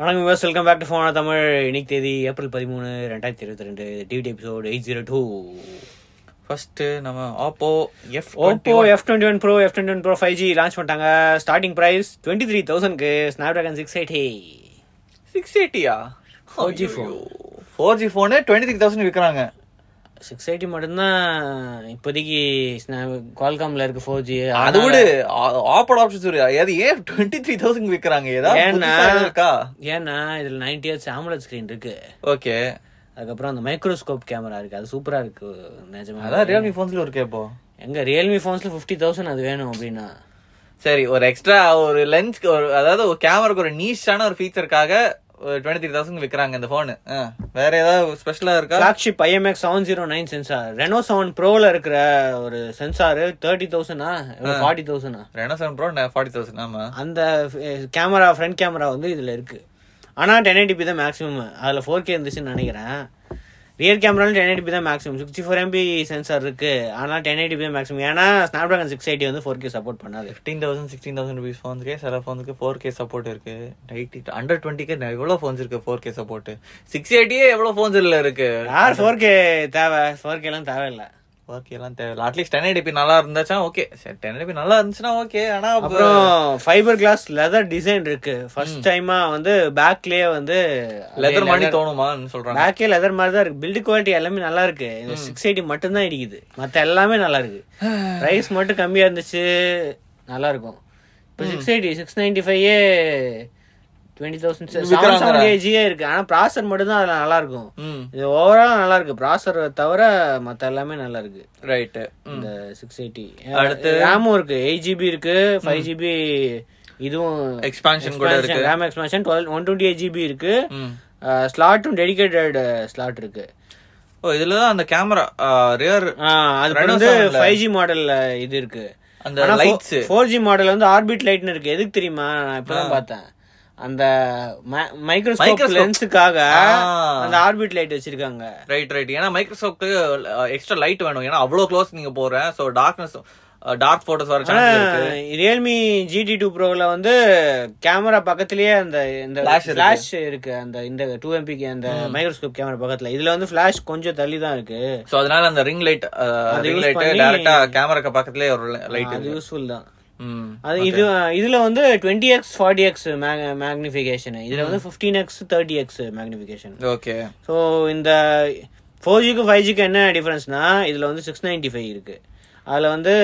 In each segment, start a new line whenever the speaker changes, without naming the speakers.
வணக்கம் viewers welcome back to ஃபோனா தமிழ் இன்னைக்கு தேதி ஏப்ரல் பதிமூணு ரெண்டாயிரத்தி இருபத்தி ரெண்டு TVD episode eight zero two
first நம்ம Oppo F
Oppo F twenty one pro F twenty one pro five G launch பண்ணிட்டாங்க ஸ்டார்டிங் ப்ரைஸ் டுவெண்ட்டி த்ரீ தௌசண்ட்க்கு Snapdragon six eighty
six எயிட்டியா
4G phone.
Four G phone twenty three thousand விற்கிறாங்க
six eighty மட்டும்தான் இப்போதைக்கு குவால்காமில் இருக்க four G
அது விட ஆப்போட ஆப்ஷன்ஸ் இருக்கு அது ஏன் டுவெண்ட்டி த்ரீ தௌசண்ட் விற்கிறாங்க ஏதாவது
ஏன்னா-
புதுசா எதுவும் இருக்கா
ஏன்னா இதில் நைன்டி ஹெச் AMOLED ஸ்க்ரீன் இருக்கு
ஓகே
அதுக்கப்புறம் அந்த மைக்ரோஸ்கோப் கேமரா இருக்கு அது சூப்பராக இருக்கு நிஜமா
அதான் ரியல்மி ஃபோன்ஸ்ல இருக்கே இப்போ
எங்க ரியல்மி ஃபோன்ஸில் ஃபிஃப்டி தௌசண்ட் அது வேணும் அப்படின்னா
சரி ஒரு எக்ஸ்ட்ரா ஒரு லென்ஸ்க்கு ஒரு அதாவது ஒரு கேமராக்கு ஒரு நீஷான ஒரு ஃபீச்சருக்காக டுவெண்ட்டி த்ரீ தௌசண்ட் விற்கிறாங்க இந்த ஃபோனு வேற ஏதாவது ஸ்பெஷலா இருக்கா
flagship IMX seven zero nine sensor Reno seven ப்ரோவில் இருக்கிற ஒரு சென்சாரு தேர்ட்டி தௌசண்டா ஃபார்ட்டி தௌசண்டா
Reno seven pro forty thousand ஆமா
அந்த கேமரா ஃப்ரண்ட் கேமரா வந்து இதில் இருக்கு ஆனால் டென் எயிட்டிபி தான் மேக்ஸிமம் அதில் ஃபோர் கே இருந்துச்சுன்னு நினைக்கிறேன் ரியர் கேமராவில் டென் எயிட்டிபி தான் maximum sixty four MP sensor இருக்கு ஆனால் டென் எயிட்டிபி தான் மேக்ஸிமம் ஏன்னா ஸ்னாப்ட்ராகன் சிக்ஸ் எயிட்டி வந்து ஃபோர் கே சப்போர்ட் பண்ணாது
fifteen thousand sixteen thousand rupees ஃபோன்ஸ்க்கே சில ஃபோன்ஸ்க்கு ஃபோர் கே சப்போர்ட் இருக்கு எயிட்டி அண்டர் டுவெண்ட்டிக்கு எவ்வளோ ஃபோன்ஸ் இருக்கு ஃபோர் கே சப்போர்ட் சிக்ஸ் எயிட்டியே எவ்வளோ ஃபோன்ஸ் இல்லை இருக்கு
யார் ஃபோர் கே தேவை ஃபோர் கேலாம் தேவையில்லை
ஃபோர் கேலாம் தேவையில்ல அட்லீஸ்ட் டென் எயிட்டி நல்லா இருந்தாச்சா ஓகே சரி டென் எயிட்டி நல்லா இருந்துச்சுன்னா ஓகே ஆனா அப்புறம்
அப்புறம் ஃபைபர் கிளாஸ் லெதர் டிசைன் இருக்கு ஃபர்ஸ்ட் டைமா வந்து பேக்லயே வந்து
லெதர் மாதிரி தோணுமான்னு சொல்றாங்க
பேக்கே லெதர் மாதிரி தான் இருக்கு பில்டு குவாலிட்டி எல்லாமே நல்லா இருக்கு இந்த சிக்ஸ் எயிட்டி மட்டும்தான் இடிக்குது மற்ற எல்லாமே நல்லா இருக்கு ப்ரைஸ் மட்டும் கம்மியா இருந்துச்சு நல்லா இருக்கும் இப்போ six eighty six ninety five twenty thousand seven seven ஏஜியே இருக்கு ஆனா ப்ராசர் மட்டும்தான் அதுல நல்லா இருக்கும்
ம்
இது ஓவரால் நல்லா இருக்கு ப்ராசர் தவிர மற்ற எல்லாமே நல்லா இருக்கு
ரைட்டு ம்
இந்த சிக்ஸ் எயிட்டி
அடுத்து?
ரேமும் இருக்கு எயிட் ஜிபி இருக்கு ஃபைவ் ஜிபி இதுவும்
எக்ஸ்பான்ஷன் கூட இருக்கு
RAM expansion twelve one twenty eight GB இருக்கு
ம்
ஸ்லாட்டும் டெடிகேட்டட் ஸ்லாட் இருக்கு
ஓ இதுல தான் அந்த கேமரா ரியர்
ஆஹ் அது அப்புறம் வந்து ஃபைவ் ஜி மாடல்ல இது இருக்கு
அந்த லைட்ஸ்
ஃபோர் ஜி மாடல் வந்து ஆர்பிட் லைட்னு இருக்கு எதுக்கு தெரியுமா நான் இப்பதான் பார்த்தேன் அந்த மைக்ரோஸ்கோப்
Microscope.
லென்ஸுக்காக
ஆ.
அந்த ஆர்பிட் லைட் வச்சிருக்காங்க
ரைட் ரைட் ஏன்னா மைக்ரோசாஃப்ட்க்கு எக்ஸ்ட்ரா லைட் வேணும் ஏன்னா அவ்வளோ க்ளோஸ் நீங்க போறேன் ஸோ டார்க்னஸ் டார்க் போட்டோஸ் வர சான்ஸ் இருக்கு
ரியல்மி ஜிடி டூ ப்ரோவில் வந்து கேமரா பக்கத்துலயே அந்த இந்த
Flash இருக்கு.
ஃபிளாஷ் இருக்கு அந்த இந்த டூ எம்பிக்கு அந்த மைக்ரோஸ்கோப் கேமரா பக்கத்துல இதுல வந்து ஃபிளாஷ் கொஞ்சம் தள்ளி தான் இருக்கு
சோ அதனால அந்த uh, ring light ring
use
light
பண்ணி-
டைரக்டா கேமராக்கு பக்கத்துலயே ஒரு லைட்
அது யூஸ்ஃபுல் தான்
ம்
அது இது இதுல வந்து twenty X forty X magnification இதுல வந்து fifteen X thirty X magnification
okay
so இந்த ஃபோர் ஜிக்கு ஃபைவ் ஜிக்கு என்ன டிஃபரன்ஸ்னா இதில் வந்து சிக்ஸ் நைன்ட்டி ஃபைவ் இருக்கு அதில் வந்து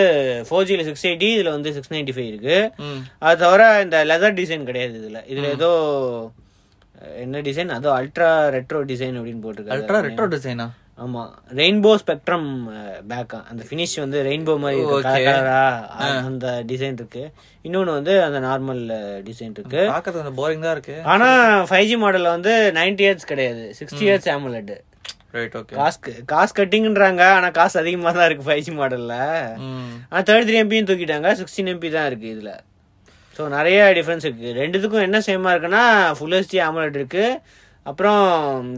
ஃபோர் ஜியில் சிக்ஸ் எயிட்டி இதில் வந்து சிக்ஸ் நைன்ட்டி ஃபைவ் இருக்கு
ம்
அது தவிர இந்த லெதர் டிசைன் கிடையாது இதில் இதில் ஏதோ அஹ், என்ன டிசைன் அதோ அல்ட்ரா ரெட்ரோ டிசைன் அப்படின்னு
அல்ட்ரா
போட்டிருக்காங்க
ரெட்ரோ டிசைனா
ஆமா ரெயின்போ ஸ்பெக்ட்ரம் பேக்கா அந்த ஃபினிஷ் வந்து ரெயின்போ மாதிரி இருக்கு.
Okay.
colour colour ஆ, அந்த டிசைன் இருக்கு இன்னொன்னு வந்து அந்த நார்மல் டிசைன் இருக்கு
பாக்கிறது அந்த போரிங் தான் இருக்கு
ஆனா ஃபைவ் ஜி மாடல்ல வந்து 90 ஹெட்ஸ் கிடையாது sixty hertz AMOLED
right okay
காசு காசு கட்டிங்ன்றாங்க ஆனா காசு அதிகமா தான் இருக்கு ஃபைவ் ஜி மாடல்ல
ம்
ஆனா தேர்ட்டி த்ரீ எம்பியும் தூக்கிட்டாங்க சிக்ஸ்டீன் எம்பி தான் இருக்கு இதுல ஸோ நிறைய டிஃபரன்ஸ் இருக்கு ரெண்டுத்துக்கும் என்ன சேமா இருக்குன்னா ஃபுல் ஹெச்டி AMOLED இருக்கு அப்புறம்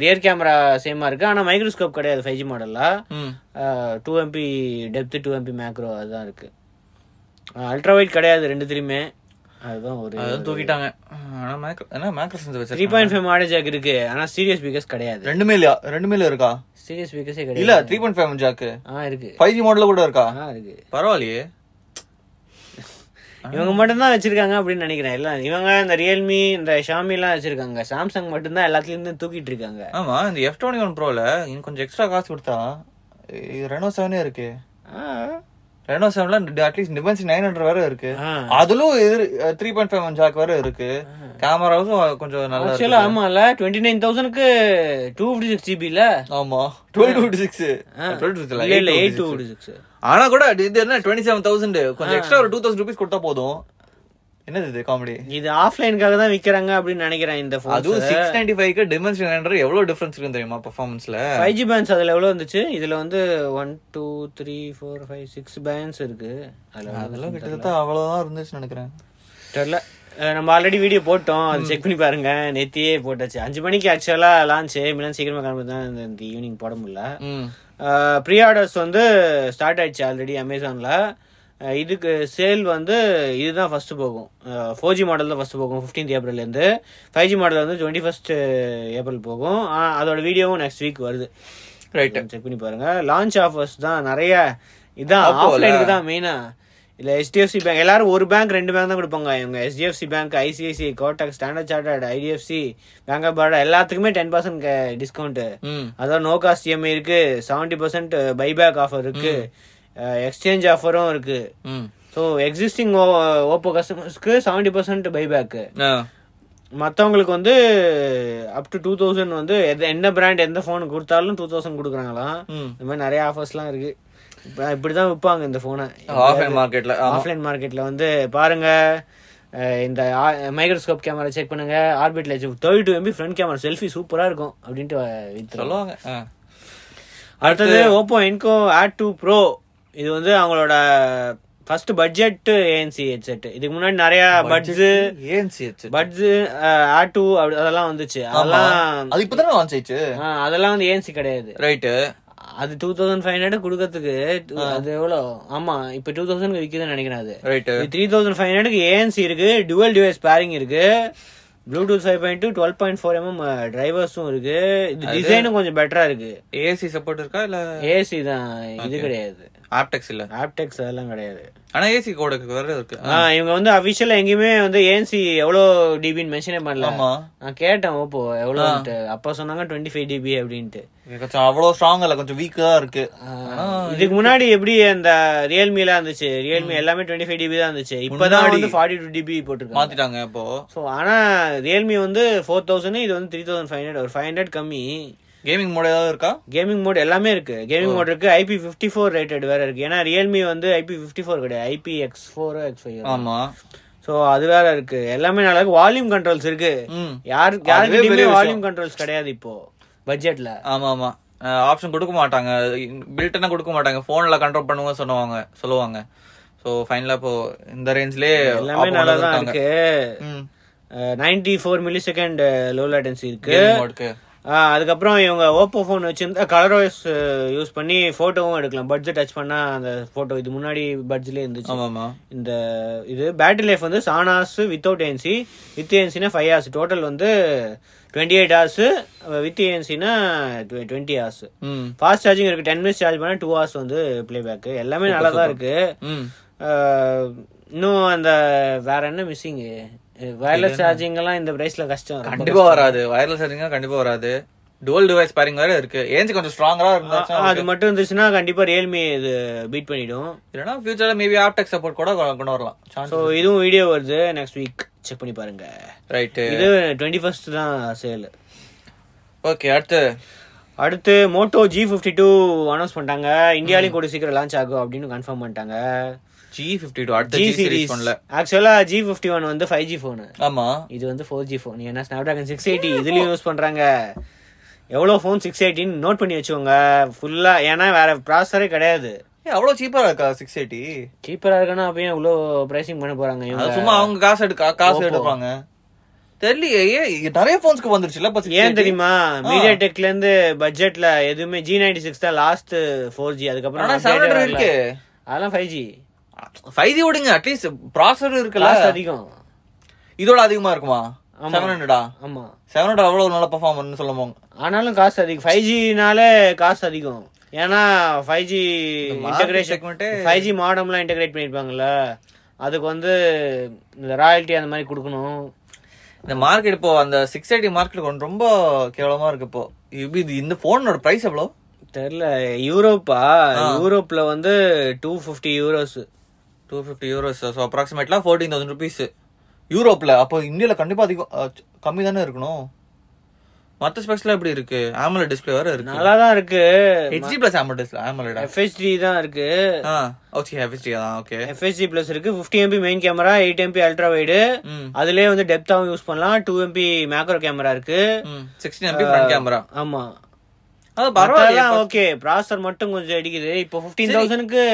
ரியர் கேமரா சேமா இருக்கு ஆனா மைக்ரோஸ்கோப் கிடையாது ஃபைவ் ஜி மாடல்ல
ம்
two MP depth two MP macro அதுதான் இருக்கு அல்ட்ரா வைட் கிடையாது ரெண்டுத்துலையுமே அதுதான் ஒரு
அதுவும் தூக்கிட்டாங்க ஆனா மேக்ரோ என்ன மேக்ரோ சென்ஸ்
த்ரீ
வச்சிருக்கீங்க
பாயிண்ட் ஃபைவ் மாடல் ஜாக் இருக்கு ஆனா ஸ்டீரியோ ஸ்பீக்கர்ஸ் கிடையாது
ரெண்டுமே இல்லையா ரெண்டுமே இல்ல இருக்கா
ஸ்டீரியோ ஸ்பீக்கர்ஸே
இல்ல
கிடையாது
த்ரீ பாயிண்ட் ஃபைவ் ஜாக்கு
ஆ இருக்கு
ஃபைவ் ஜி மாடல கூட இருக்கா
ஆ இருக்கு
பரவாயில்லையே
இவங்க மட்டும்தான் வச்சிருக்காங்க அப்படின்னு நினைக்கிறேன் எல்லாம் இவங்க இந்த ரியல்மி இந்த ஷாமி எல்லாம் வச்சிருக்காங்க சாம்சங் மட்டும்தான் எல்லாத்துலயும் இருந்து தூக்கிட்டு இருக்காங்க
ஆமா இந்த எஃப் டுவெண்ட்டி ஒன் ப்ரோல இன்னும் கொஞ்சம் எக்ஸ்ட்ரா காசு கொடுத்தா இது ரெனோ செவனே இருக்கு
ஆ.
ரெனோ செவன்ல அட்லீஸ்ட் டிபென்சி நைன் ஹண்ட்ரட் வேற இருக்கு
ஆ.
அதுலும் த்ரீ பாயிண்ட் ஃபைவ் ஜாக் வேற இருக்கு கேமராவும் கொஞ்சம் நல்லா இருக்கு
Actually, ஆமால டுவெண்ட்டி நைன் தௌசண்ட்க்கு டூ ஃபிஃப்டி சிக்ஸ் ஜிபில
ஆமா twelve two six twelve two
இல்ல இல்ல எயிட் டூ ஃபிஃப்டி சிக்ஸ்
ஆனா கூட இது- இது என்ன டுவெண்ட்டி செவன் தௌசண்ட் கொஞ்சம் எக்ஸ்ட்ரா ஒரு டூ தௌசண்ட் ருபீஸ் கொடுத்தா போதும் என்னது இது காமெடி
இது ஆஃப்லைனுக்காக தான் விக்கிறாங்க அப்படின்னு நினைக்கிறேன் இந்த ஃபோன்
அதுவும் சிக்ஸ் நைன்டி ஃபைவ்க்கு டிமென்ஷன் ஹண்ட்ரட் எவ்வளவு டிஃபரன்ஸ் இருக்கும் தெரியுமா பெர்ஃபார்மன்ஸ்ல
ஃபைவ் ஜி பேண்ட்ஸ் அதில் எவ்வளோ இருந்துச்சு இதில் வந்து one two three four five six bands இருக்கு அதில்
அதெல்லாம் கிட்டத்தட்ட அவ்வளவுதான் இருந்துச்சுன்னு நினைக்கிறேன்
தெரில அஹ் நம்ம ஆல்ரெடி வீடியோ போட்டோம் அது செக் பண்ணி பாருங்க நேத்தியே போட்டாச்சு அஞ்சு மணிக்கு ஆக்சுவலாக லான்ச் மிலாம் சீக்கிரமாக கிளம்பி தான் இந்த- இந்த ஈவினிங் போட முடியல
ம்
ப்ரீ ஆர்டர்ஸ் வந்து ஸ்டார்ட் ஆயிடுச்சு ஆல்ரெடி அமேசானில் அஹ் இதுக்கு சேல் வந்து இதுதான் ஃபஸ்ட்டு போகும் ஃபோர் ஜி மாடல் தான் ஃபஸ்ட்டு போகும் ஃபிஃப்டீன்த் ஏப்ரல்லேருந்து ஃபைவ் ஜி மாடல் வந்து டுவெண்ட்டி ஃபஸ்ட் ஏப்ரல் போகும் ஆஹ் அதோட வீடியோவும் நெக்ஸ்ட் வீக் வருது
ரைட்
செக் பண்ணி பாருங்க லான்ச் ஆஃபர்ஸ் தான் நிறைய இதான்
அப்போல.
ஆஃப்லைனுக்கு தான் மெயினா இல்ல HDFC பேங்க் எல்லாரும் ஒரு பேங்க் ரெண்டு பேங்க் தான் கொடுப்பாங்க இவங்க HDFC bank ICICI Kotak standard chartered IDFC bank of Baroda எல்லாத்துக்குமே டென் பர்சன்ட் டிஸ்கவுண்ட்
ம்
அதான் நோ காஸ்ட் இஎம்ஐ இருக்கு செவன்டி பர்சன்ட் பைபேக் ஆஃபர் இருக்கு எக்ஸ்சேஞ்ச் ஆஃபரும் இருக்கு
ம்
ஸோ எக்ஸிஸ்டிங் ஓப்போ கஸ்டமர்ஸ்க்கு செவன்டி பர்சன்ட் பைபேக்கு
ஆ
மற்றவங்களுக்கு வந்து அப் டு டூ தௌசண்ட் வந்து எது- என்ன பிராண்ட் எந்த ஃபோன் கொடுத்தாலும் டூ தௌசண்ட் கொடுக்குறாங்களாம்
ம்
இந்த மாதிரி நிறைய ஆஃபர்ஸ்லாம் இருக்கு இப்ப- இப்படிதான் விற்பாங்க இந்த ஃபோனை
ஆஃப்லைன் மார்க்கெட்ல ஆமா
ஆஃப்லைன் மார்க்கெட்ல வந்து பாருங்க அஹ் இந்த மைக்ரோஸ்கோப் கேமரா செக் பண்ணுங்க orbit light thirty two MP front camera selfie சூப்பரா இருக்கும் அப்படின்ட்டு வித்துறோம்
சொல்லுவாங்க ஆ.
அடுத்தது Oppo Enco Air two pro இது வந்து அவங்களோட ஃபர்ஸ்ட் பட்ஜெட் ஏஎன்சி ஹெட்செட் இதுக்கு முன்னாடி நிறைய பட்ஸு
ஏன் சிஹெச்
பட்ஸு ஆட் டூ அதெல்லாம் வந்துச்சு அதெல்லாம்
அது இப்பதானே லான்ச் ஆயிடுச்சு
ஆஹ், அதெல்லாம் வந்து ஏஎன்சி கிடையாது
ரைட்டு
அது டூ தௌசண்ட் ஃபைவ் ஹண்ட்ரட் கொடுக்கறதுக்கு two- அது எவ்வளோ ஆமா இப்போ டூ தௌசண்ட் விற்குதுன்னு நினைக்கிறேன் அது
ரைட்டு
த்ரீ தௌசண்ட் ஃபைவ் ஹண்ட்ரடுக்கு ஏஎன்சி இருக்கு டுவல் டிவைஸ் பேரிங் இருக்கு Bluetooth five point two twelve point four MM டிரைவர்ஸும் uh, இருக்கு இது டிசைனும் கொஞ்சம் பெட்டரா இருக்கு
ஏசி சப்போர்ட் இருக்கா இல்ல
ஏசி தான் இது கிடையாது
ஆப்டெக்ஸ் இல்ல
ஆப்டெக்ஸ் அதெல்லாம் கிடையாது
ஆனா ஏசி கோடக்கு வேற இருக்கு
ஆ இவங்க வந்து அஃபிஷியலா எங்கேயுமே வந்து ஏஎன்சி எவ்வளோ டிபின்னு மென்ஷனே பண்ணல
ஆமா
நான் கேட்டேன் ஓப்போ எவ்வளோன்ட்டு அப்பா சொன்னாங்க டுவெண்ட்டி ஃபைவ் டிபி அப்படின்ட்டு
இது கொஞ்சம் அவ்வளவு ஸ்ட்ராங் இல்ல கொஞ்சம் வீக்கா இருக்கு ஆனா,
இதுக்கு முன்னாடி எப்படி அந்த ரியல்மிலாம் இருந்துச்சு ரியல்மி எல்லாமே டுவெண்ட்டி ஃபைவ் டிபி தான் இருந்துச்சு இப்பதான் வந்து ஃபார்ட்டி டூ டிபி போட்டிருக்காங்க
மாத்திட்டாங்க இப்போ
ஸோ ஆனா ரியல்மி வந்து ஃபோர் தௌசண்ட் இது வந்து த்ரீ தௌசண்ட் ஃபைவ் ஹண்ட்ரட் ஒரு ஃபைவ் ஹண்ட்ரட் கம்மி
கேமிங் மோட் ஏதாவது இருக்கா
கேமிங் மோட் எல்லாமே இருக்கு கேமிங் மோட் இருக்கு ஐபி ஃபிஃப்டி ஃபோர் ரேட்டட் வேற இருக்கு ஏன்னா ரியல்மி வந்து ஐபி ஃபிஃப்டி ஃபோர் கிடையாது IP X four X five
ஆமா
ஸோ அது வேற இருக்கு எல்லாமே நல்லா இருக்கு வால்யூம் கண்ட்ரோல்ஸ் இருக்கு
ம்
யாரு
பெரிய
யாருக்கிட்டயுமே
விஷயம்.
வால்யூம் கண்ட்ரோல்ஸ் கிடையாது இப்போ பட்ஜெட்ல
ஆமா ஆமா ஆப்ஷன் கொடுக்க மாட்டாங்க பில்டனா கொடுக்க மாட்டாங்க போன்ல கண்ட்ரோல் பண்ணுங்க சொல்லுவாங்க சொல்லுவாங்க சோ ஃபைனலா இப்போ இந்த ரேஞ்ச்லயே
எல்லாமே நல்லா தான் இருக்கு
ம்
ninety four millisecond low latency இருக்கு
gaming mode க்கு.
ஆஹ் அதுக்கப்புறம் இவங்க ஓப்போ ஃபோன் வச்சிருந்தா கலர் வாய்ஸ் யூஸ் பண்ணி ஃபோட்டோவும் எடுக்கலாம் பட்ஜ் டச் பண்ணா அந்த ஃபோட்டோ இது முன்னாடி பட்ஜ்லேயே இருந்துச்சு
ஆமா ஆமா
இந்த இது பேட்டரி லைஃப் வந்து seven hours without ANC with ஏன்சினா ஃபைவ் ஹவர்ஸ் டோட்டல் வந்து டுவெண்ட்டி எயிட் ஹவர்ஸ் வித் ஏன்சினா டுவெண்ட்டி ஹவர்ஸ்
ம்
ஃபாஸ்ட் சார்ஜிங் இருக்கு டென் மினிட்ஸ் சார்ஜ் பண்ணா டூ ஹவர்ஸ் வந்து ப்ளே பேக் எல்லாமே நல்லா தான் இருக்கு
ம்
ஆஹ் இன்னும் அந்த வேற என்ன மிஸ்ஸிங் வயர்லெஸ் சார்ஜிங் எல்லாம் இந்த பிரைஸ்ல கஷ்டம் ரொம்ப
கண்டிப்பா வராது வயர்லெஸ் சார்ஜிங் கண்டிப்பா வராது டுவல் டிவைஸ் பாருங்க வேற இருக்கு ஏஞ்சி கொஞ்சம் ஸ்ட்ராங்கரா இருந்தா
ஆ, அது மட்டும் இருந்துச்சுன்னா கண்டிப்பா ரியல்மி இது பீட் பண்ணிடும்
இல்லைன்னா ஃபியூச்சர்ல மேபி ஆப்டெக் சப்போர்ட் கூட கொ- கொண்டு வரலாம் சான்ஸ்
ஸோ இதுவும் வீடியோ வருது நெக்ஸ்ட் வீக் செக் பண்ணி பாருங்க
ரைட்டு
இது டுவெண்ட்டி ஃபர்ஸ்ட் தான் சேல்
ஓகே அடுத்து
அடுத்து Moto G fifty two announce பண்ணிட்டாங்க இந்தியாலையும் கூட சீக்கிரம் லான்ச் ஆகும் அப்படின்னு கன்ஃபார்ம் பண்ணிட்டாங்க
ஜி ஃபிஃப்டி டூ அடுத்த
ஜி
ஜி
சீரிஸ்
சீரிஸ் பண்ணல
ஆக்சுவலா ஜி ஃபிஃப்டி ஒன் வந்து ஃபைவ் ஜி ஃபோனு
ஆமா
இது வந்து ஃபோர் ஜி ஃபோன் ஏன்னா ஸ்னாப் ட்ராகன் சிக்ஸ் எயிட்டி இதுலயும் யூஸ் பண்றாங்க எவ்வளோ ஃபோன் சிக்ஸ் எயிட்டின்னு நோட் பண்ணி வச்சுக்கோங்க ஃபுல்லா ஏன்னா வேற ப்ராசரே கிடையாது
ஏ அவ்வளவு சீப்பா இருக்கா சிக்ஸ் எயிட்டி
சீப்பரா இருக்குன்னா அப்பயும் இவ்வளோ ப்ரைசிங் பண்ண போறாங்க இவங்க
சும்மா அவங்க காசு எடுக்க காசு எடுப்பாங்க தெரியலையே ஏன் இங்க நிறைய போன்ஸ்க்கு வந்துருச்சுல இப்ப
ஏன் தெரியுமா மீடியா டெக்ல இருந்து பட்ஜெட்ல எதுவுமே ஜி நைன்டி சிக்ஸ் தான் லாஸ்ட் ஃபோர் ஜி அதுக்கப்புறம்
ஆனா
update
செவன்
வரல.
ஹண்ட்ரட் இருக்கு
அதெல்லாம் ஃபைவ் ஜி
ஃபைவ் ஜி விடுங்க அட்லீஸ்ட் ப்ராசர் இருக்குல்ல
லாஸ்ட் அதிகம்
இதோட அதிகமா இருக்குமா செவன் ஹண்ட்ரடா
ஆமா
செவன் ஹண்ட்ரட் அவ்வளவு நல்ல பர்ஃபார்மன்ஸ் சொல்லுவாங்க
ஆனாலும் காசு அதிகம் ஃபைவ் ஜினால காசு அதிகம் ஏன்னா ஃபைவ் ஜி இன்டகிரேஷன்
segment-ஏ
ஃபைவ் ஜி மாடம்லாம் இன்டகிரேட் பண்ணியிருப்பாங்கல்ல அதுக்கு வந்து இந்த ராயல்ட்டி அந்த மாதிரி கொடுக்கணும்
இந்த மார்க்கெட் இப்போ அந்த சிக்ஸ் எயிட்டி மார்க்கெட் கொஞ்சம் ரொம்ப கேவலமா இருக்கு இப்போ இது இது- இந்த போனோட பிரைஸ் எவ்வளோ
தெரில யூரோப்பா யூரோப்ல வந்து two fifty euros
two fifty euros so அப்ராக்சிமேட்லாம் ஃபோர்டீன் தௌசண்ட் ருபீஸ் யூரோப்பில் அப்போ இந்தியாவில் கண்டிப்பாக அதிகம் கம்மி தானே இருக்கணும் மற்ற ஸ்பெக்ஸ்லாம் எப்படி இருக்கு ஆமல டிஸ்பிளே வேற இருக்கு
நல்லா தான் இருக்கு
ஹெச்டி பிளஸ் ஆமல் டிஸ்பிளே ஆமலடா
எஃப்ஹெச்டி தான் இருக்கு
ஆ Oh, ஓகே ஹெச்டி தான் ஓகே
எஃப்ஹெச்டி ப்ளஸ் இருக்கு fifty MP main camera eight MP ultra wide
ம்
அதுலயே வந்து டெப்த்தாவும் யூஸ் பண்ணலாம் டூ எம்பி மேக்ரோ கேமரா இருக்கு
ம் சிக்ஸ்டீன் எம்பி ஃப்ரண்ட் கேமரா
ஆமா
அது பரவாயில்ல
ஓகே ப்ராசர் மட்டும் கொஞ்சம் அடிக்குது இப்போ ஃபிஃப்டீன் தௌசண்ட்க்கு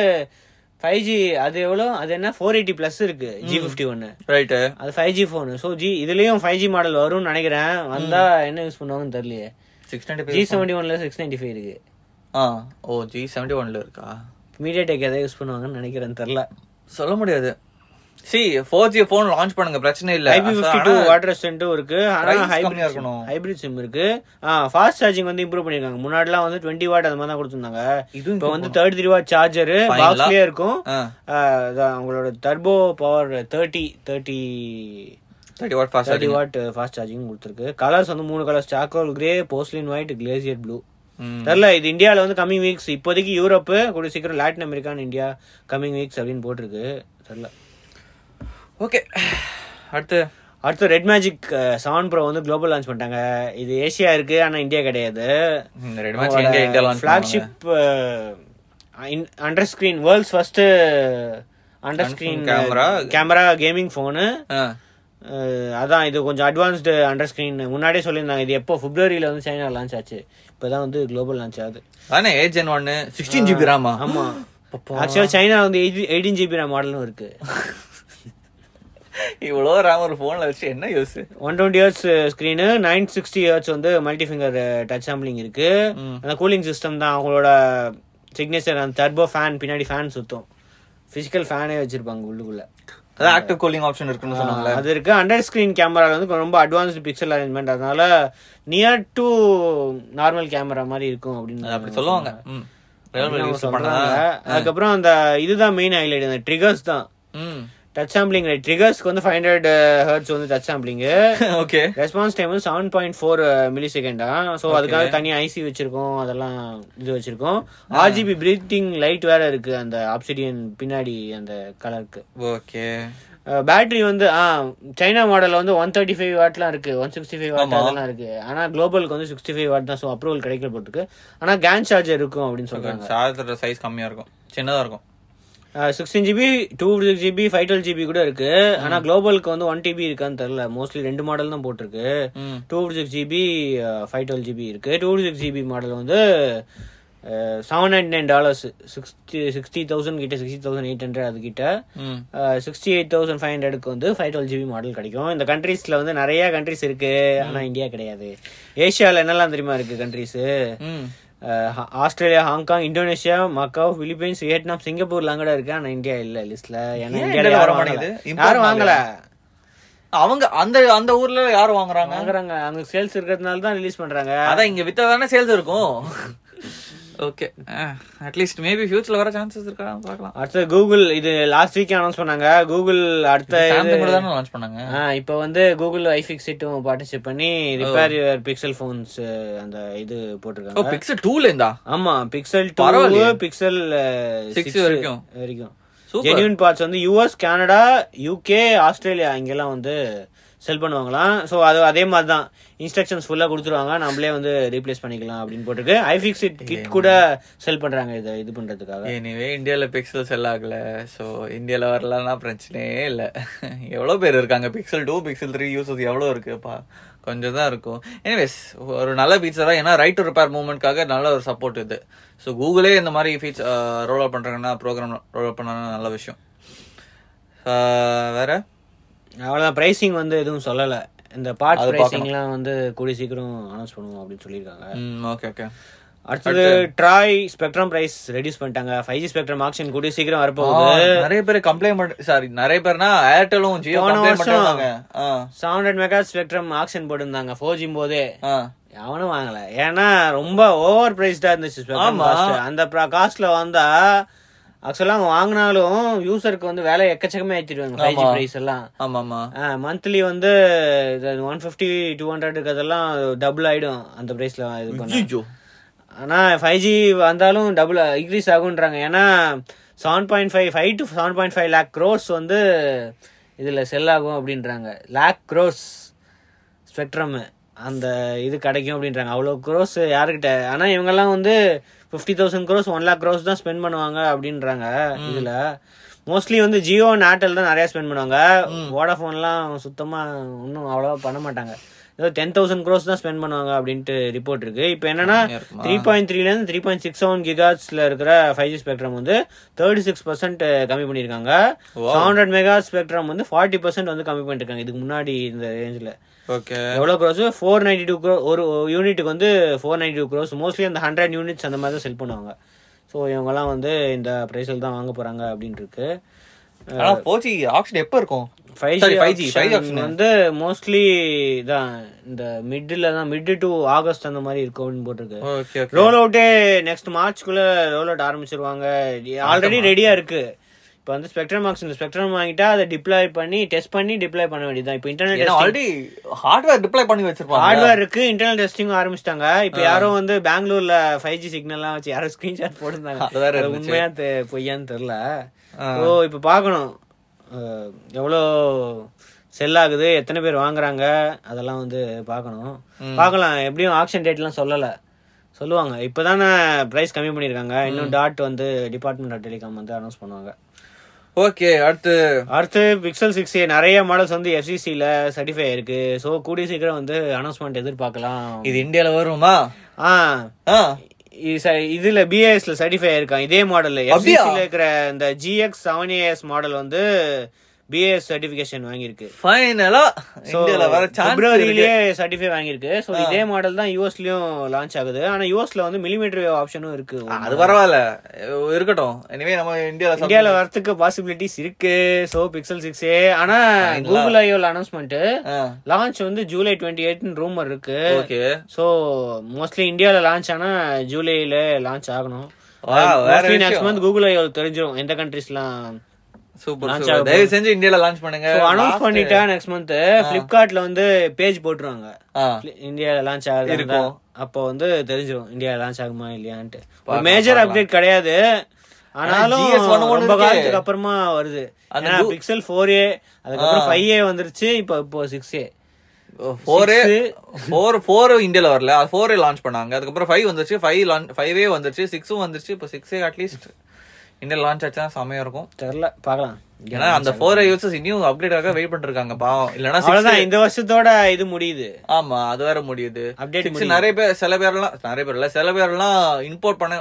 ஃபைவ் ஜி அது எவ்வளோ அது என்ன ஃபோர் எயிட்டி ப்ளஸ் இருக்கு ஜி ஃபிஃப்டி ஒன்று
ரைட்டு
அது five G phone so G இதுலேயும் ஃபைவ் ஜி மாடல் வரும்னு நினைக்கிறேன் வந்தா என்ன யூஸ் பண்ணுவாங்கன்னு தெரியலையே
சிக்ஸ் நைன்டி
ஜி செவன்டி ஒன்ல சிக்ஸ் நைன்டி ஃபைவ் இருக்கு
Oh, ஆ ஓ ஜி செவன்டி ஒன்ல இருக்கா
மீடியா டெக் எதை யூஸ் பண்ணுவாங்கன்னு நினைக்கிறேன் தெரில
சொல்ல முடியாது C four G phone launch பண்ணுங்க பிரச்சனை இல்ல
ஐபி
அது
ஃபிஃப்டி
ஆனா
டூ வாட்டர் ரெசிஸ்டன்ட்டும் இருக்கு ஆனா
price கம்மியா
ஹைபிரிட்
இருக்கணும்.
ஹைபிரிட் சிம் இருக்கு ஃபாஸ்ட் சார்ஜிங் வந்து இம்ப்ரூவ் பண்ணிருக்காங்க முன்னாடிலாம் வந்து டுவெண்ட்டி வாட் அந்த மாதிரி தான் கொடுத்துருந்தாங்க
இதுவும்
இப்போ வந்து தேர்ட்டி த்ரீ வாட் சார்ஜர்
Fine-லா.
பாக்ஸ்லயே இருக்கும்
ஆ
ஆ, அதான் அவங்களோட turbo power thirty thirty
thirty watt fast
thirty watt fast charging கொடுத்துருக்கு கலர்ஸ் வந்து மூணு colours charcoal grey porcelain white glacier blue தெரியல இது இந்தியாவில் வந்து கம்மிங் வீக்ஸ் இப்போதைக்கு யூரோப்பு கூட சீக்கிரம் Latin American India coming weeks அப்படின்னு போட்டிருக்கு தெரியல
ஓகே அடுத்து
அடுத்து ரெட் மேஜிக் செவன் ப்ரோ வந்து குளோபல் லான்ச் பண்ணிட்டாங்க இது ஏசியா இருக்கு ஆனா இந்தியா கிடையாது
ரெட் மேட்ச் India India launch flagship
flagship under screen world's first uh, under screen
camera.
Camera gaming phone அதான் இது கொஞ்சம் அட்வான்ஸ்டு அண்டர் ஸ்கிரீன் முன்னாடியே சொல்லியிருந்தாங்க இது எப்போ பிப்ரவரியில் வந்து சைனா லான்ச் ஆச்சு இப்போ தான் வந்து குளோபல் லான்ச் ஆகுது
தானே ஏஜ் என் ஒன்னு சிக்ஸ்டீன் ஜிபி ராமா
ஆமா
அப்பா.
ஆக்சுவலாக சைனா வந்து எயிட்டீன் ஜிபி ரேம் மாடலும் இருக்கு
இவ்வளோ ராம் ஒரு ஃபோனில் வச்சு என்ன use
one twenty hertz uh, screen nine sixty hertz வந்து மல்டி ஃபிங்கர் டச் சாம்பிளிங் இருக்கு அந்த கூலிங் சிஸ்டம் தான் அவங்களோட சிக்னேச்சர் அந்த டர்போ ஃபேன் பின்னாடி ஃபேன் சுத்தும் ஃபிசிக்கல் ஃபேனே வச்சிருப்பாங்க உள்ளுக்குள்ள
அதான் ஆக்டிவ் கூலிங் ஆப்ஷன் இருக்குன்னு சொன்னாங்க
அது இருக்கு அண்டர் ஸ்கிரீன் கேமரால வந்து ரொம்ப அட்வான்ஸ்டு பிக்சல் அரேஞ்ச்மெண்ட் அதனால நியர் டு நார்மல் கேமரா மாதிரி இருக்கும் அப்படின்னு
அப்படி சொல்லுவாங்க ம் ரயில்வே
அவங்க
யூஸ் பண்ணா
சொல்றாங்க அதுக்கப்புறம் அந்த இதுதான் மெயின் ஹைலைட் அந்த ட்ரிகர்ஸ் தான்
ம்
டச் சாம்பிளிங் ட்ரிகர்ஸ்க்கு வந்து ஃபைவ் ஹண்ட்ரட் ஹர்ட்ஸ் வந்து touch sampling
okay
response time வந்து செவன் பாயிண்ட் ஃபோர் மில்லி செகண்டா ஸோ uh, அதுக்காக தனி ஐசி வச்சிருக்கோம் அதெல்லாம் இது வச்சிருக்கோம் ஆர்ஜிபி பிரீத்திங் லைட் வேற இருக்கு அந்த ஆப்சிடியன் பின்னாடி அந்த கலருக்கு
ஓகே
பேட்டரி வந்து ஆ சைனா மாடல் வந்து ஒன் தேர்ட்டி ஃபைவ் வாட்லாம் இருக்கு ஒன் சிக்ஸ்டி ஃபைவ் வாட் அதெல்லாம் இருக்கு ஆனா குளோபலுக்கு வந்து சிக்ஸ்டி ஃபைவ் வாட் தான் ஸோ அப்ரூவல் கிடைக்கல போட்டுருக்கு ஆனா கேன் சார்ஜர் இருக்கும் அப்படின்னு சொல்றாங்க Uh,
சார்ஜர் சைஸ் கம்மியா இருக்கும் சின்னதா இருக்கும்
sixteen GB two six GB five twelve GB கூட இருக்கு ஆனா குளோபலுக்கு வந்து ஒன் டிபி இருக்கான்னு தெரியல மோஸ்ட்லி ரெண்டு மாடல் தான் போட்டிருக்கு
ம்
two six GB five twelve GB இருக்கு டூ சிக்ஸ் ஜிபி மாடல் வந்து seven ninety nine dollars sixty sixty thousand கிட்ட சிக்ஸ்டி தௌசண்ட் எயிட் ஹண்ட்ரட் அதுக்கிட்ட
ம்
சிக்ஸ்டி எயிட் தௌசண்ட் ஃபைவ் ஹண்ட்ரடுக்கு வந்து ஃபைவ் டுவெல் ஜிபி மாடல் கிடைக்கும் இந்த கண்ட்ரீஸ்ல வந்து நிறைய கண்ட்ரீஸ் இருக்கு ஆனா இந்தியா கிடையாது ஏஷியாவில் என்னெல்லாம் தெரியுமா இருக்கு கண்ட்ரீஸ்
ம்
Australia Hong Kong Indonesia Macau Philippines Vietnam சிங்கப்பூர்லாம் கூட இருக்கு ஆனா இந்தியா இல்ல லிஸ்ட்ல ஏன்னா
ஏன்
இந்தியால
இந்தியால வர
யாரும்
மாட்டேங்குது?
வாங்கல.
Import
யாரும்
பண்ணல.
வாங்கல
அவங்க அந்த அந்த ஊர்ல யார் வாங்குறாங்க
வாங்குறாங்க அங்க சேல்ஸ் இருக்கிறதுனால தான் ரிலீஸ் பண்றாங்க
அதான் இங்க வித்தா தானே சேல்ஸ் இருக்கும் ஓகே அட்லீஸ்ட் மேபி ஃபியூச்சர்ல வர சான்சஸ் இருக்கா பார்க்கலாம்
அடுத்தது கூகுள் இது லாஸ்ட் வீக் அனௌன்ஸ் பண்ணாங்க கூகுள் அடுத்த இது-
சாம்சங் கூட தானே லான்ச் பண்ணாங்க
ஆ, இப்போ வந்து கூகுள் ஐஃபிக்ஸிட்டும் பார்ட்னர்ஷிப் பண்ணி ரிப்பேர் யுவர் பிக்சல் ஃபோன்ஸ் அந்த இது
ஓ
போட்டிருக்காங்க
பிக்சல் டூல இருந்தா
ஆமா பிக்சல் டூ
பரவாயில்லையே.
பிக்சல்
Six வரைக்கும்.
வரைக்கும்
சூப்பர்
ஜென்யூன் பார்ட்ஸ் வந்து யூஎஸ் கனடா யூகே ஆஸ்திரேலியா இங்கெல்லாம் வந்து செல் பண்ணுவாங்களாம் ஸோ அது அதே மாதிரி தான் இன்ஸ்ட்ரக்ஷன்ஸ் ஃபுல்லாக கொடுத்துருவாங்க நம்மளே வந்து ரீப்ளேஸ் பண்ணிக்கலாம் அப்படின்னு போட்டிருக்கு ஐஃபிக்ஸிட் கிட் கூட செல் பண்றாங்க இதை இது பண்றதுக்காக
எனிவே இந்தியால பிக்சல் செல் ஆகல சோ இந்தியால வரலன்னா பிரச்சனையே இல்ல எவ்வளவு பேர் இருக்காங்க பிக்சல் டூ பிக்சல் த்ரீ யூசஸ் எவ்வளவு இருக்குப்பா கொஞ்சம் தான் இருக்கும் எனிவேஸ் ஒரு நல்ல ஃபீச்சர் தான் ஏன்னா ரைட் டு ரிப்பேர் மூவ்மெண்ட்காக நல்ல ஒரு சப்போர்ட் இது ஸோ கூகுளே இந்த மாதிரி ஃபீச்சர் ரோல் அவுட் பண்றாங்கன்னா ப்ரோக்ராம் ரோல் அவுட் பண்ணா நல்ல விஷயம் ஆஹ் வேற
அவ்வளோதான் ப்ரைசிங் வந்து எதுவும் சொல்லலை இந்த பார்ட்ஸ்
அது பார்க்கணும்.
ப்ரைசிங்லாம் வந்து கூடி சீக்கிரம் அனௌன்ஸ் பண்ணுவோம் அப்படின்னு சொல்லியிருக்காங்க
ஓகே ஓகே
அடுத்தது ட்ராய் ஸ்பெக்ட்ரம் ப்ரைஸ் ரெடியூஸ் பண்ணிட்டாங்க ஃபைவ் ஜி ஸ்பெக்ட்ரம் ஆக்ஷன் கூடி சீக்கிரம் வரப்போகுது
நிறைய பேர் கம்ப்ளைண்ட் பண்ண சாரி நிறைய பேர்னா ஏர்டெலும் ஜியோ
போன
கம்ப்ளைண்ட்
வருஷம்.
பண்ணிட்டாங்க ஆ
seven hundred mega spectrum auction போட்டிருந்தாங்க ஃபோர் ஜிம் போதே
ஆ
அவனும் வாங்கல ஏன்னா ரொம்ப ஓவர் பிரைஸ்டா இருந்துச்சு spectrum
ஆமா.
cost. அந்த காஸ்ட்ல வந்தா ஆக்சுவலா அவங்க வாங்கினாலும் யூசருக்கு வந்து வேலை எக்கச்சக்கமே ஏத்திடுவாங்க ஃபைவ் ஜி
ஆமா.
பிரைஸ் எல்லாம்
ஆமா ஆமா
மந்த்லி வந்து ஒன் ஃபிஃப்டி டூ ஹண்ட்ரட் இருக்கிறதெல்லாம் டபுள் ஆயிடும் அந்த பிரைஸ்ல இது பண்ண
ஜியோ
ஆனா ஃபைவ் ஜி வந்தாலும் டபுள் இன்க்ரீஸ் ஆகுன்றாங்க ஏன்னா seven point five five to seven point five lakh crores வந்து இதில் செல் ஆகும் அப்படின்றாங்க லேக் க்ரோஸ் ஸ்பெக்ட்ரம் அந்த இது கிடைக்கும் அப்படின்றாங்க அவ்வளோ க்ரோஸ் யாருக்கிட்ட ஆனால் இவங்கெல்லாம் வந்து fifty thousand crores one lakh crores தான் ஸ்பெண்ட் பண்ணுவாங்க அப்படின்றாங்க இதில் மோஸ்ட்லி வந்து ஜியோ and ஏர்டெல் தான் நிறையா ஸ்பெண்ட் பண்ணுவாங்க வோடாஃபோன்லாம் சுத்தமாக ஒன்றும் அவ்வளோவா பண்ண மாட்டாங்க ஏதோ டென் தௌசண்ட் க்ரோஸ் தான் ஸ்பெண்ட் பண்ணுவாங்க அப்படின்ட்டு ரிப்போர்ட் இருக்கு இப்போ என்னன்னா
கம்மியா இருக்குமா?
த்ரீ பாயிண்ட் த்ரீலேருந்து த்ரீ பாயிண்ட் சிக்ஸ் செவன் கிகாட்ஸில் இருக்கிற ஃபைவ் ஜி ஸ்பெக்ட்ரம் வந்து தேர்ட்டி சிக்ஸ் பர்சன்ட் கம்மி பண்ணியிருக்காங்க
Wow.
ஹண்ட்ரட் மெகா ஸ்பெக்ட்ரம் வந்து ஃபார்ட்டி பர்சன்ட் வந்து கம்மி பண்ணிருக்காங்க இதுக்கு முன்னாடி இந்த ரேஞ்சில்
ஓகே
எவ்வளோ crores four ninety two crore ஒரு யூனிட்டுக்கு வந்து four ninety two crores mostly அந்த ஹண்ட்ரட் யூனிட்ஸ் அந்த மாதிரி தான் செல் பண்ணுவாங்க ஸோ இவங்கெல்லாம் வந்து இந்த ப்ரைஸில் தான் வாங்க போகிறாங்க அப்படின்ட்டு இருக்கு
ஆனா ஃபோர் ஜி ஆப்ஷன் எப்போ இருக்கும்
five
Sorry,
G
5G, 5G option.
வந்து மோஸ்ட்லி தான் இந்த மிட்ல தான் மிட் டு ஆகஸ்ட் அந்த மாதிரி இருக்கும் அப்படின்னு போட்டிருக்கு
ஓகே ஓகே
ரோல் அவுட்டே நெக்ஸ்ட் மார்ச்க்குள்ள ரோல் அவுட் ஆரம்பிச்சிருவாங்க ஆல்ரெடி ரெடியா இருக்கு இப்போ வந்து ஸ்பெக்ட்ரம் மார்க்ஸ் இந்த ஸ்பெக்ட்ரம் வாங்கிட்டா அதை டிப்ளாய் பண்ணி டெஸ்ட் பண்ணி டிப்ளை பண்ண வேண்டியதான் இப்போ
ஏன்னா
இன்டர்நெட்
ஆல்ரெடி ஹார்ட்வேர் டிப்ளை பண்ணி வச்சிருப்பாங்க
ஹார்ட்வேர் இருக்கு இன்டர்னல் டெஸ்டிங் ஆரம்பிச்சிட்டாங்க இப்போ யாரும் வந்து பெங்களூர்ல ஃபைவ் ஜி சிக்னல்லாம் வச்சு யாரும் ஸ்கிரீன்ஷாட் போட்டிருந்தாங்க
அது வேற
அது
இருந்துச்சு.
உண்மையா தெ- பொய்யான்னு தெரியல
ஆ.
ஓ இப்போ பார்க்கணும் அஹ், எவ்வளோ செல் ஆகுது எத்தனை பேர் வாங்குறாங்க அதெல்லாம் வந்து பார்க்கணும் பார்க்கலாம் எப்படியும் ஆக்ஷன் டேட்லாம் சொல்லலை சொல்லுவாங்க இப்போதானே ப்ரைஸ் கம்மி பண்ணியிருக்காங்க இன்னும் டாட் வந்து டிபார்ட்மெண்ட் ஆஃப் டெலிகாம் வந்து அனௌன்ஸ் பண்ணுவாங்க
ஓகே அடுத்து
அடுத்து பிக்சல் சிக்ஸ் நிறைய மாடல்ஸ் வந்து எஃப்சிசியில் சர்டிஃபை ஆயிருக்கு ஸோ கூடிய சீக்கிரம் வந்து அனௌன்ஸ்மெண்ட் எதிர்பார்க்கலாம்
இது இந்தியால வருமா
ஆ
ஆ
இது ச- இதுல பிஏஎஸ்ல சர்டிஃபை ஆயிருக்கான் இதே மாடல்
அப்படியா?
எஃப்சிசில இருக்கிற இந்த ஜிஎக்ஸ் செவன் ஏஎஸ் மாடல் வந்து பிஏஎஸ் சர்டிஃபிகேஷன் வாங்கியிருக்கு
ஃபைனலா
So,
இந்தியால வர சான்ஸ்
பிப்ரவரியிலேயே சர்டிஃபை வாங்கியிருக்கு ஸோ இதே மாடல் தான் யூஎஸ்லயும் லான்ச் ஆகுது ஆனா யூஎஸ்ல வந்து மில்லிமீட்டர் வேவ் ஆப்ஷனும் இருக்கு
அது பரவாயில்ல இருக்கட்டும் எனவே நம்ம இந்தியால
இந்தியால வரதுக்கு பாசிபிலிட்டிஸ் இருக்கு ஸோ பிக்சல் சிக்ஸே ஆனா கூகுள் ஐயோல அனௌன்ஸ்மெண்ட் லான்ச் வந்து ஜூலை டுவெண்ட்டி எயிட்னு ரூமர் இருக்கு
ஓகே
ஸோ மோஸ்ட்லி இந்தியால லான்ச் ஆனா ஜூலைல லான்ச் ஆகணும்
வேற
நெக்ஸ்ட் மந்த் கூகுள் ஐயோ தெரிஞ்சிடும் எந்த கண்ட்ரிஸ்லாம்
சூப்பர் சூப்பர் தயவு செஞ்சு இந்தியால லான்ச் பண்ணுங்க
அனௌன்ஸ் பண்ணிட்டா நெக்ஸ்ட் மந்த் பிளிப்கார்ட்ல வந்து பேஜ் போட்டுருவாங்க
ஆ
இந்தியா லான்ச் ஆகுது
இருக்கும்.
அப்போ வந்து தெரிஞ்சிடும் இந்தியா லான்ச் ஆகுமா இல்லையான்ட்டு ஒரு மேஜர் அப்டேட் கிடையாது ஆனாலும்
GS ஒண்ணு ஒண்ணு
ரொம்ப
இருக்கே.
காலத்துக்கு அப்புறமா வருது ஏன்னா பிக்சல் ஃபோர் ஏ அதுக்கப்புறம் ஃபைவ் ஏ வந்துருச்சு இப்போ இப்போ சிக்ஸ் ஏ
ஃபோரே ஃபோர் ஃபோர் இந்தியால வரல அது ஃபோரே லான்ச் பண்ணாங்க அதுக்கப்புறம் ஃபைவ் வந்துருச்சு ஃபைவ் லான்ச் ஃபைவே வந்துருச்சு சிக்ஸும் வந்துருச்சு இப்போ சிக்ஸே அட்லீஸ்ட் இந்தியால லான்ச் ஆச்சுன்னா செமையா இருக்கும்
தெரில பார்க்கலாம்
ஏன்னா அந்த ஃபோரை யூசஸ் இன்னும் அப்டேட்டாக வெயிட் பண்ணிட்டு இருக்காங்க பாவம் இல்லைன்னா six-
அவ்வளவுதான் இந்த வருஷத்தோட இது முடியுது
ஆமா அது வேற முடியுது
Update
Six நிறைய பேர் சில பேர்லாம் நிறைய பேர் இல்ல சில பேர்லாம் இம்போர்ட் பண்ண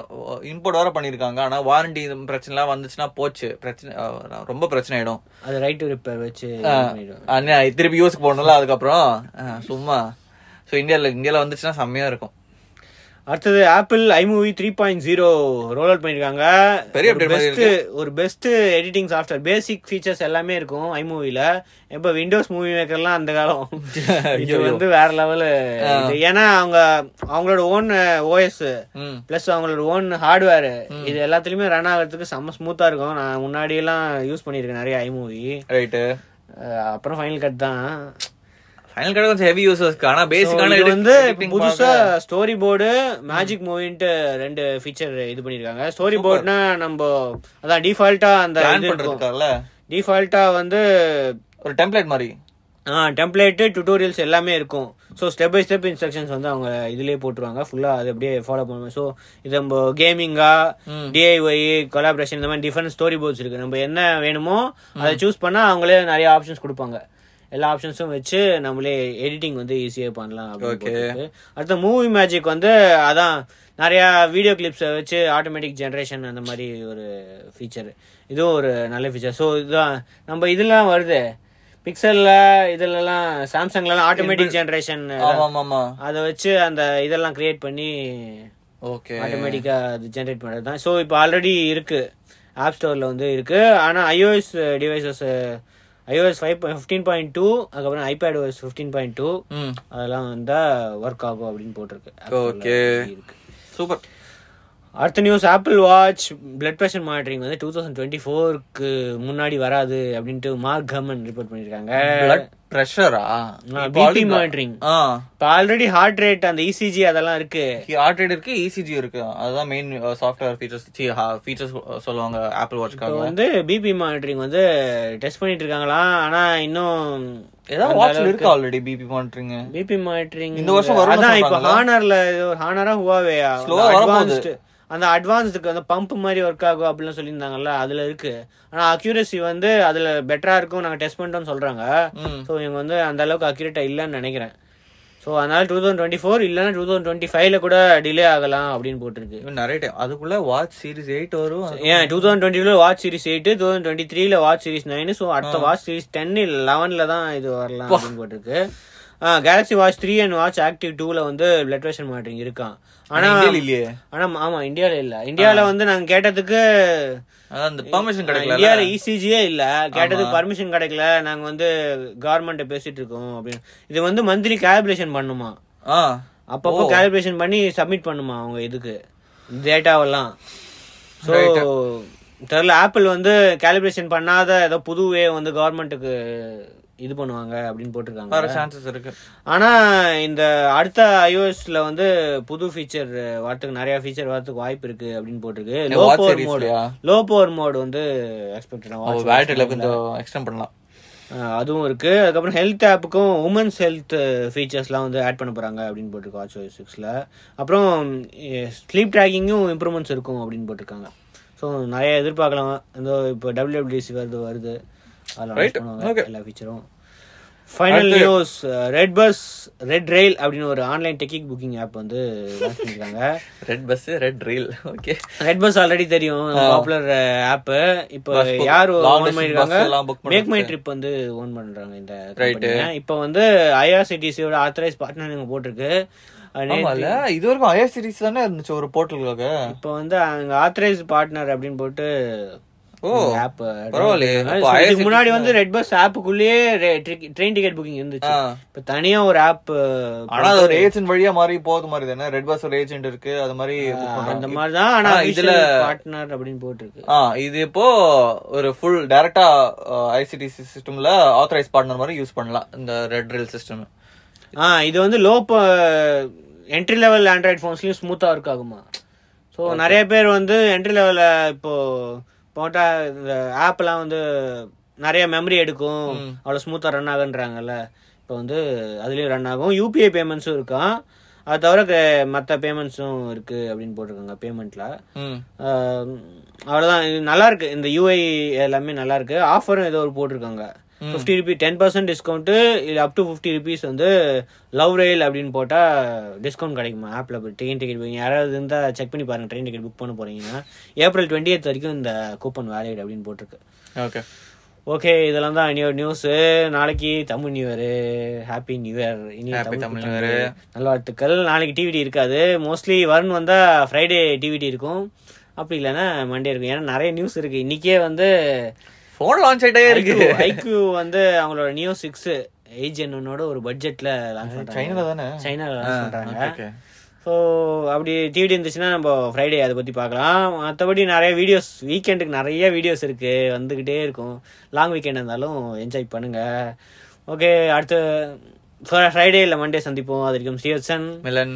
இம்போர்ட் வேற பண்ணிருக்காங்க ஆனா வாரண்டி பிரச்சனை எல்லாம் வந்துச்சுன்னா போச்சு பிரச்சனை அஹ் ரொம்ப பிரச்சனை ஆயிடும்
அது ரைட் ரிப்பேர் வச்சு இது பண்ணிடுவாங்க.
அண்ணா திருப்பி யூஸ்க்கு போகணும்ல அதுக்கப்புறம் அஹ் சும்மா ஸோ இந்தியால இந்தியால வந்துச்சுன்னா செம்மையா இருக்கும்
அடுத்தது Apple iMovie three point zero roll out பண்ணிருக்காங்க
பெரிய update மாதிரி
பெஸ்ட் ஒரு best editing software basic features எல்லாமே இருக்கும் ஐமூவில இப்ப விண்டோஸ் மூவி மேக்கர்லாம் அந்த காலம் இது வந்து வேற லெவல் ஏன்னா அவங்க அவங்களோட ஓன் ஓஎஸ்
ம்
பிளஸ் அவங்களோட ஓன் ஹார்ட்வேர் இது எல்லாத்துலயுமே ரன் ஆகிறதுக்கு செம்ம ஸ்மூத்தா இருக்கும் நான் முன்னாடி எல்லாம் யூஸ் பண்ணியிருக்கேன் நிறைய ஐமூவி
ரைட்டு
அப்புறம் ஃபைனல் கட் தான்
ஃபைனல் கடை கொஞ்சம் ஹெவி யூசஸ்க்கு ஆனா
So,
பேசிக்கான
இது வந்து
editing
புதுசா ஸ்டோரி போர்டு மேஜிக் மூவின்ட்டு ரெண்டு ஃபீச்சர் இது பண்ணிருக்காங்க ஸ்டோரி போர்டுனா நம்ம அதான் டிஃபால்ட்டா அந்த
plan
இது இருக்கும்
பண்றதுக்காகல
டிஃபால்ட்டா வந்து
ஒரு டெம்ப்ளேட் மாதிரி
டெம்ப்ளேட்டு டியூட்டோரியல்ஸ் எல்லாமே இருக்கும் so step by step instructions வந்து அவங்க இதுலயே போட்டுருவாங்க ஃபுல்லா அது அப்படியே ஃபாலோ பண்ணுவோம் ஸோ இது நம்ம கேமிங்கா டிஐஒய் கொலாபரேஷன் இந்த மாதிரி டிஃப்ரெண்ட் ஸ்டோரி போர்ட்ஸ் இருக்கு நம்ம என்ன வேணுமோ அதை சூஸ் பண்ணா அவங்களே நிறைய ஆப்ஷன்ஸ் கொடுப்பாங்க எல்லா ஆப்ஷன்ஸும் வச்சு நம்மளே எடிட்டிங் வந்து ஈஸியாக பண்ணலாம் அப்படின்னு போட்டிருக்கு. அடுத்து மூவி மேஜிக் வந்து அதான் நிறையா வீடியோ கிளிப்ஸை வச்சு ஆட்டோமேட்டிக் ஜென்ரேஷன் அந்த மாதிரி ஒரு ஃபீச்சர் இதுவும் ஒரு நல்ல ஃபீச்சர் ஸோ இதுதான் நம்ம இதெல்லாம் வருது பிக்சல்ல இதுலலாம் சாம்சங்லலாம் ஆட்டோமேட்டிக் ஜென்ரேஷன்
ஆமா ஆமா ஆமா
அதை வச்சு அந்த இதெல்லாம் கிரியேட் பண்ணி
ஓகே
ஆட்டோமேட்டிக்கா அது ஜென்ரேட் பண்ணுறது தான் ஸோ இப்போ ஆல்ரெடி இருக்கு ஆப் ஸ்டோர்ல வந்து இருக்கு ஆனா iOS devices iOS five fifteen point two அதுக்கப்புறம் iPad OS fifteen point two
ம்
அதெல்லாம் வந்தா ஒர்க் ஆகும் அப்படின்னு போட்டிருக்கு App Store ல
Okay.
இருக்கு
சூப்பர்
அடுத்த news Apple watch blood pressure monitoring வந்து டூ தௌசண்ட் டுவெண்ட்டி ஃபோருக்கு முன்னாடி வராது அப்படின்ட்டு மார்க் கமன் ரிப்போர்ட் பண்ணியிருக்காங்க
பிளட் ப்ரெஷரா
பிபி மானிட்டரிங்
ஆ
இப்போ ஆல்ரெடி ஹார்ட் ரேட் அந்த இசிஜி அதெல்லாம் இருக்கு
ஹார்ட் ரேட் இருக்கு இசிஜி இருக்கு அதுதான் uh, main software features features uh, சொல்லுவாங்க ஆப்பிள்
இப்போ
வாட்ச்க்காக
வந்து பிபி மானிட்டரிங் வந்து டெஸ்ட் பண்ணிட்டு இருக்காங்களாம் ஆனா இன்னும்
ஏதாவது வாட்ச் இருக்கு already BP monitoring
BP monitoring
இந்த வருஷம் வரும்னு
அதான் இப்போ
சொல்றாங்கல்ல?
ஹானர்ல ஹானரா ஹுவாவேயா
Slow-ஆ வரப்போகுது.
அட்வான்ஸ்டு அந்த அட்வான்ஸ்டுக்கு அந்த பம்ப் மாதிரி ஒர்க் ஆகும் அப்படிலாம் சொல்லியிருந்தாங்கல்ல அதுல இருக்கு ஆனா அக்யூரசி வந்து அதுல பெட்டரா இருக்கும் நாங்க டெஸ்ட் பண்ணிட்டோம்னு சொல்றாங்க
ம்
ஸோ இவங்க வந்து அந்த அளவுக்கு அக்யூரேட்டா இல்லைன்னு நினைக்கிறேன் ஸோ அதனால டூ தௌசண்ட் டுவெண்ட்டி ஃபோர் இல்லைன்னா டூ தௌசண்ட் டுவெண்ட்டி ஃபைவ்ல கூட டிலே ஆகலாம் அப்படின்னு போட்டிருக்கு
இவன் நிறைய டைம் அதுக்குள்ள வாட்ச் சீரிஸ் எயிட் வரும் அது-
ஏன் டூ தௌசண்ட் டுவெண்ட்டில watch series eight two thousand twenty த்ரீல வாட்ச் சீரிஸ் நைன் ஸோ அடுத்த வாட்ச் சீரிஸ் டென் லெவனில் தான் இது வரலாம் அப்படின்னு போட்டிருக்கு Galaxy watch three and watch active டூவில் வந்து பிளட் வெஷன் மானிட்டரிங் இருக்கான்
ஆனா
ஆனால்
இந்தியால இல்லையே
ஆனால் ஆமாம் இந்தியாவில் இல்லை இந்தியாவில் வந்து நாங்கள் கேட்டதுக்கு E
அதான் அந்த பெர்மிஷன் கிடைக்கல
இந்தியாவில் இசிஜியே இல்லை கேட்டதுக்கு பர்மிஷன் கிடைக்கல நாங்கள் வந்து கவர்மெண்ட்டை பேசிட்டு இருக்கோம் அப்படின்னு இது வந்து மந்த்லி கால்குலேஷன் பண்ணுமா
ஆ
அப்பப்போ கால்குலேஷன் பண்ணி சப்மிட் பண்ணுமா அவங்க இதுக்கு டேட்டாவெல்லாம் ஸோ தெரில ஆப்பிள் வந்து கால்குலேஷன் பண்ணாத ஏதோ புதுவே வந்து கவர்மெண்ட்டுக்கு இது பண்ணுவாங்க அப்படின்னு போட்டிருக்காங்க
வர சான்சஸ் இருக்கு
ஆனா இந்த அடுத்த ஐஓஎஸ்ல வந்து புது ஃபீச்சர் வரத்துக்கு நிறைய ஃபீச்சர் வரத்துக்கு வாட்ச் இருக்கு அப்படின்னு போட்டிருக்கு low
watch
power
series
mode
லயா?
லோ பவர் மோடு வந்து எக்ஸ்பெக்டட்
பேட்டரியில கொஞ்சம் எக்ஸ்டெண்ட் பண்ணலாம்
அதுவும் இருக்கு அதுக்கப்புறம் ஹெல்த் ஆப்புக்கும் உமன்ஸ் ஹெல்த் ஃபீச்சர்ஸ்லாம் வந்து ஆட் பண்ண போறாங்க அப்படின்னு போட்டிருக்கு வாட்ச் ஓஎஸ் சிக்ஸ்ல அப்புறம் ஸ்லீப் ட்ராக்கிங்கும் இம்ப்ரூவ்மெண்ட்ஸ் இருக்கும் அப்படின்னு போட்டிருக்காங்க ஸோ நிறைய எதிர்பார்க்கலாம் இந்த இப்போ டபிள்யூடபிள்யூசி வருது வருது அதெல்லாம் announce பண்ணுவாங்க,
okay.
எல்லா ஃபீச்சரும் final news redBus redRail அப்படின்னு ஒரு ஆன்லைன் டெக்கிக் புக்கிங் ஆப் வந்து launch பண்ணியிருக்காங்க
redBus redRail okay
redBus already தெரியும் பாப்புலர் ஆப் இப்போ யார்
long
ஓன்
distance
பண்ணிருக்காங்க
bus எல்லாம் book
மேக் மை
பண்றது.
ட்ரிப் வந்து ஓன் பண்றாங்க இந்த company. இப்போ வந்து ஐஆர்சிடிசியோட ஆத்தரைஸ் பார்ட்னர் இங்க போட்டிருக்கு அது நேத்து-
ஆமால இது வரைக்கும் ஐஆர் சீரிஸ் தானே இருந்துச்சு ஒரு போர்ட்டலுக்காக
இப்போ வந்து அங்க ஆத்தரைஸ் பார்ட்னர் அப்படின்னு போட்டு
ஓ
ஆப்
பரவாயில்லையே. அப்போ IRCTC
முன்னாடி வந்து ரெட் பஸ் ஆப்புக்குள்ளேயே ட்ரெயின் டிக்கெட் புக்கிங் இருந்துச்சு
ஆ.
இப்போ தனியா ஒரு ஆப்
ஆனா அது ஒரு ஏஜென்ட் வழியா மாறி போறது மாதிரி தானே ரெட் பஸ் ஒரு ஏஜென்ட் இருக்கு அது மாதிரி book பண்றாங்க.
அந்த மாதிரி தான் ஆனா
ஆ,
இதுல
இதுல-
பார்ட்னர் அப்படின்னு போட்டிருக்கு
ஆ இது இப்போ ஒரு ஃபுல் டைரக்டா ஐசிடிசி சிஸ்டம்ல ஆத்தரைஸ் பார்ட்னர் மாதிரி யூஸ் பண்ணலாம் இந்த ரெட் ரீல் சிஸ்டம்
ஆ இது வந்து லோ என்ட்ரி லெவல் ஆண்ட்ராய்ட் ஃபோன்ஸ்லயும் ஸ்மூத்தா ஒர்க் ஆகுமா ஸோ நிறைய பேர் வந்து என்ட்ரி லெவலில் இப்போ போட்டா இந்த ஆப்லாம் வந்து நிறைய மெமரி எடுக்கும் அவ்வளோ ஸ்மூத்தாக ரன் ஆகுன்றாங்கல்ல இப்போ வந்து அதுலேயும் ரன் ஆகும் யூபிஐ பேமெண்ட்ஸும் இருக்கான் அது தவிர மற்ற பேமெண்ட்ஸும் இருக்கு அப்படின்னு போட்டிருக்காங்க பேமெண்ட்டில்
ம்
ஆஹ் அவ்வளவுதான் இது நல்லா இருக்கு இந்த யூஐ எல்லாமே நல்லா இருக்கு ஆஃபரும் ஏதோ ஒரு போட்டிருக்காங்க fifty rupee ten percent discount இது அப் டு ஃபிஃப்டி ருபீஸ் வந்து லவ் ரயில் அப்படின்னு போட்டால் டிஸ்கவுண்ட் கிடைக்குமா ஆப்பில் போய் ட்ரெயின் டிக்கெட் புக்கிங் யாராவது இருந்தால் செக் பண்ணி பாருங்க ட்ரெயின் டிக்கெட் புக் பண்ண போறீங்கன்னா ஏப்ரல் டுவெண்ட்டி வரைக்கும் இந்த கூப்பன் வேலிட் அப்படின்னு போட்டிருக்கு
ஓகே
ஓகே இதெல்லாம் தான் இனியோட நியூஸு நாளைக்கு Tamil new year happy new year இனி தமிழ்
New
நியூ இயர் நல்வாழ்த்துக்கள் நாளைக்கு டிவிடி இருக்காது மோஸ்ட்லி வருண் வந்தா ஃப்ரைடே டிவிடி இருக்கும் அப்படி இல்லைன்னா மண்டே இருக்கும் ஏன்னா நிறைய நியூஸ் இருக்கு இன்னைக்கே வந்து
ஃபோன் லான்ச் ஆயிட்டே இருக்கு
ஐக்யூ வந்து அவங்களோட நியூ சிக்ஸ் ஏஜென்னோட ஒரு பட்ஜெட்ல லான்ச் பண்றாங்க
சைனால தானே
சைனால லான்ச் பண்றாங்க
ஓகே
ஸோ அப்படி டிவிடி இருந்துச்சுன்னா நம்ம ஃப்ரைடே அதை பற்றி பார்க்கலாம் மற்றபடி நிறைய வீடியோஸ் வீக்கெண்டுக்கு நிறைய வீடியோஸ் இருக்குது வந்துக்கிட்டே இருக்கும் லாங் வீக்கெண்ட் இருந்தாலும் என்ஜாய் பண்ணுங்கள் ஓகே அடுத்து ஃப்ரைடே இல்லை மண்டே சந்திப்போம் அது வரைக்கும் ஸ்ரீவத்சன்
மிலன்